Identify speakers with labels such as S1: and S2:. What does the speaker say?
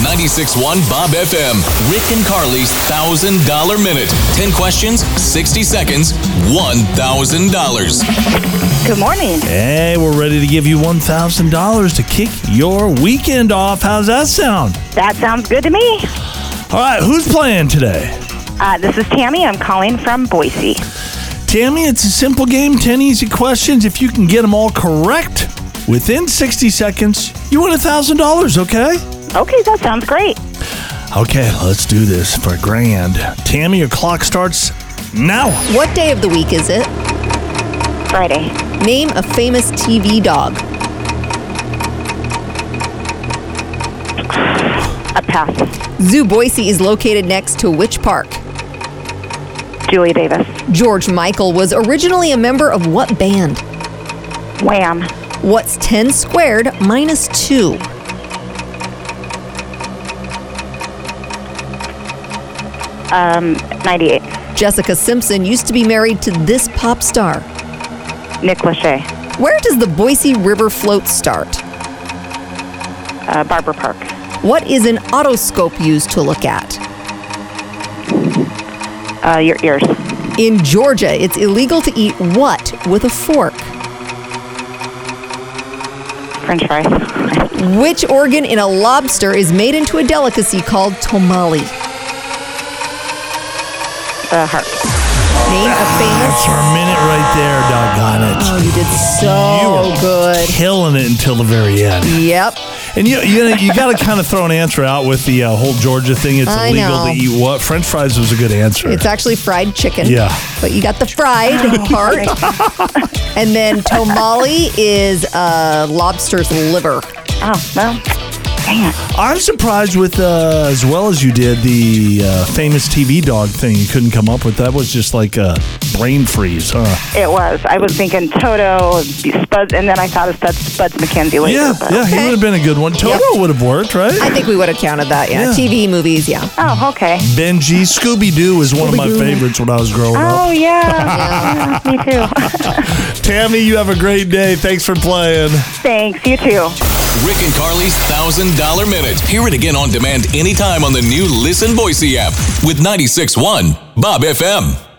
S1: 96.1 Bob FM. Rick and Carly's $1,000 Minute. 10 questions, 60 seconds, $1,000.
S2: Good morning.
S3: Hey, we're ready to give you $1,000 to kick your weekend off. How's that sound?
S2: That sounds good to me.
S3: All right, who's playing today?
S2: Uh, this is Tammy. I'm calling from Boise.
S3: Tammy, it's a simple game 10 easy questions. If you can get them all correct within 60 seconds, you win $1,000, okay?
S2: Okay, that sounds great.
S3: Okay, let's do this for a grand. Tammy, your clock starts now.
S4: What day of the week is it?
S2: Friday.
S4: Name a famous TV dog.
S2: A pass.
S4: Zoo Boise is located next to which park?
S2: Julie Davis.
S4: George Michael was originally a member of what band?
S2: Wham.
S4: What's 10 squared minus 2?
S2: Um, 98.
S4: Jessica Simpson used to be married to this pop star.
S2: Nick Lachey.
S4: Where does the Boise River float start?
S2: Uh, Barbara Park.
S4: What is an otoscope used to look at?
S2: Uh, your ears.
S4: In Georgia, it's illegal to eat what with a fork?
S2: French fries.
S4: Which organ in a lobster is made into a delicacy called tamale?
S2: The heart.
S4: Name a
S3: That's
S4: famous.
S3: our minute right there, doggone it.
S4: Oh, you did
S3: You
S4: so
S3: were
S4: good.
S3: Killing it until the very end.
S4: Yep.
S3: And you you, you got to kind of throw an answer out with the uh, whole Georgia thing. It's
S4: I
S3: illegal to
S4: know.
S3: eat what? French fries was a good answer.
S4: It's actually fried chicken.
S3: Yeah.
S4: But you got the fried part. and then tamale is uh, lobster's liver.
S2: Oh, well. Dang it.
S3: I'm surprised with uh, as well as you did the uh, famous TV dog thing. You couldn't come up with that. Was just like a brain freeze, huh?
S2: It was. I was thinking Toto, Spuds, and then I thought of Spuds, Spuds McKenzie later.
S3: Yeah,
S2: but-
S3: yeah. He
S4: Okay.
S3: would have been a good one. Toto would have worked, right?
S4: I think we would have counted that. Yeah.
S3: Yeah.
S4: TV, movies, yeah.
S2: Oh, okay.
S3: Benji, Scooby Doo was one of my
S4: Scooby-Doo.
S3: favorites when I was growing up.
S2: Oh, yeah. yeah. Me too.
S3: Tammy, you have a great day. Thanks for playing.
S2: Thanks. You too.
S1: Rick and Carly's $1,000 Minute. Hear it again on demand anytime on the new Listen Boise app with 96.1 Bob FM.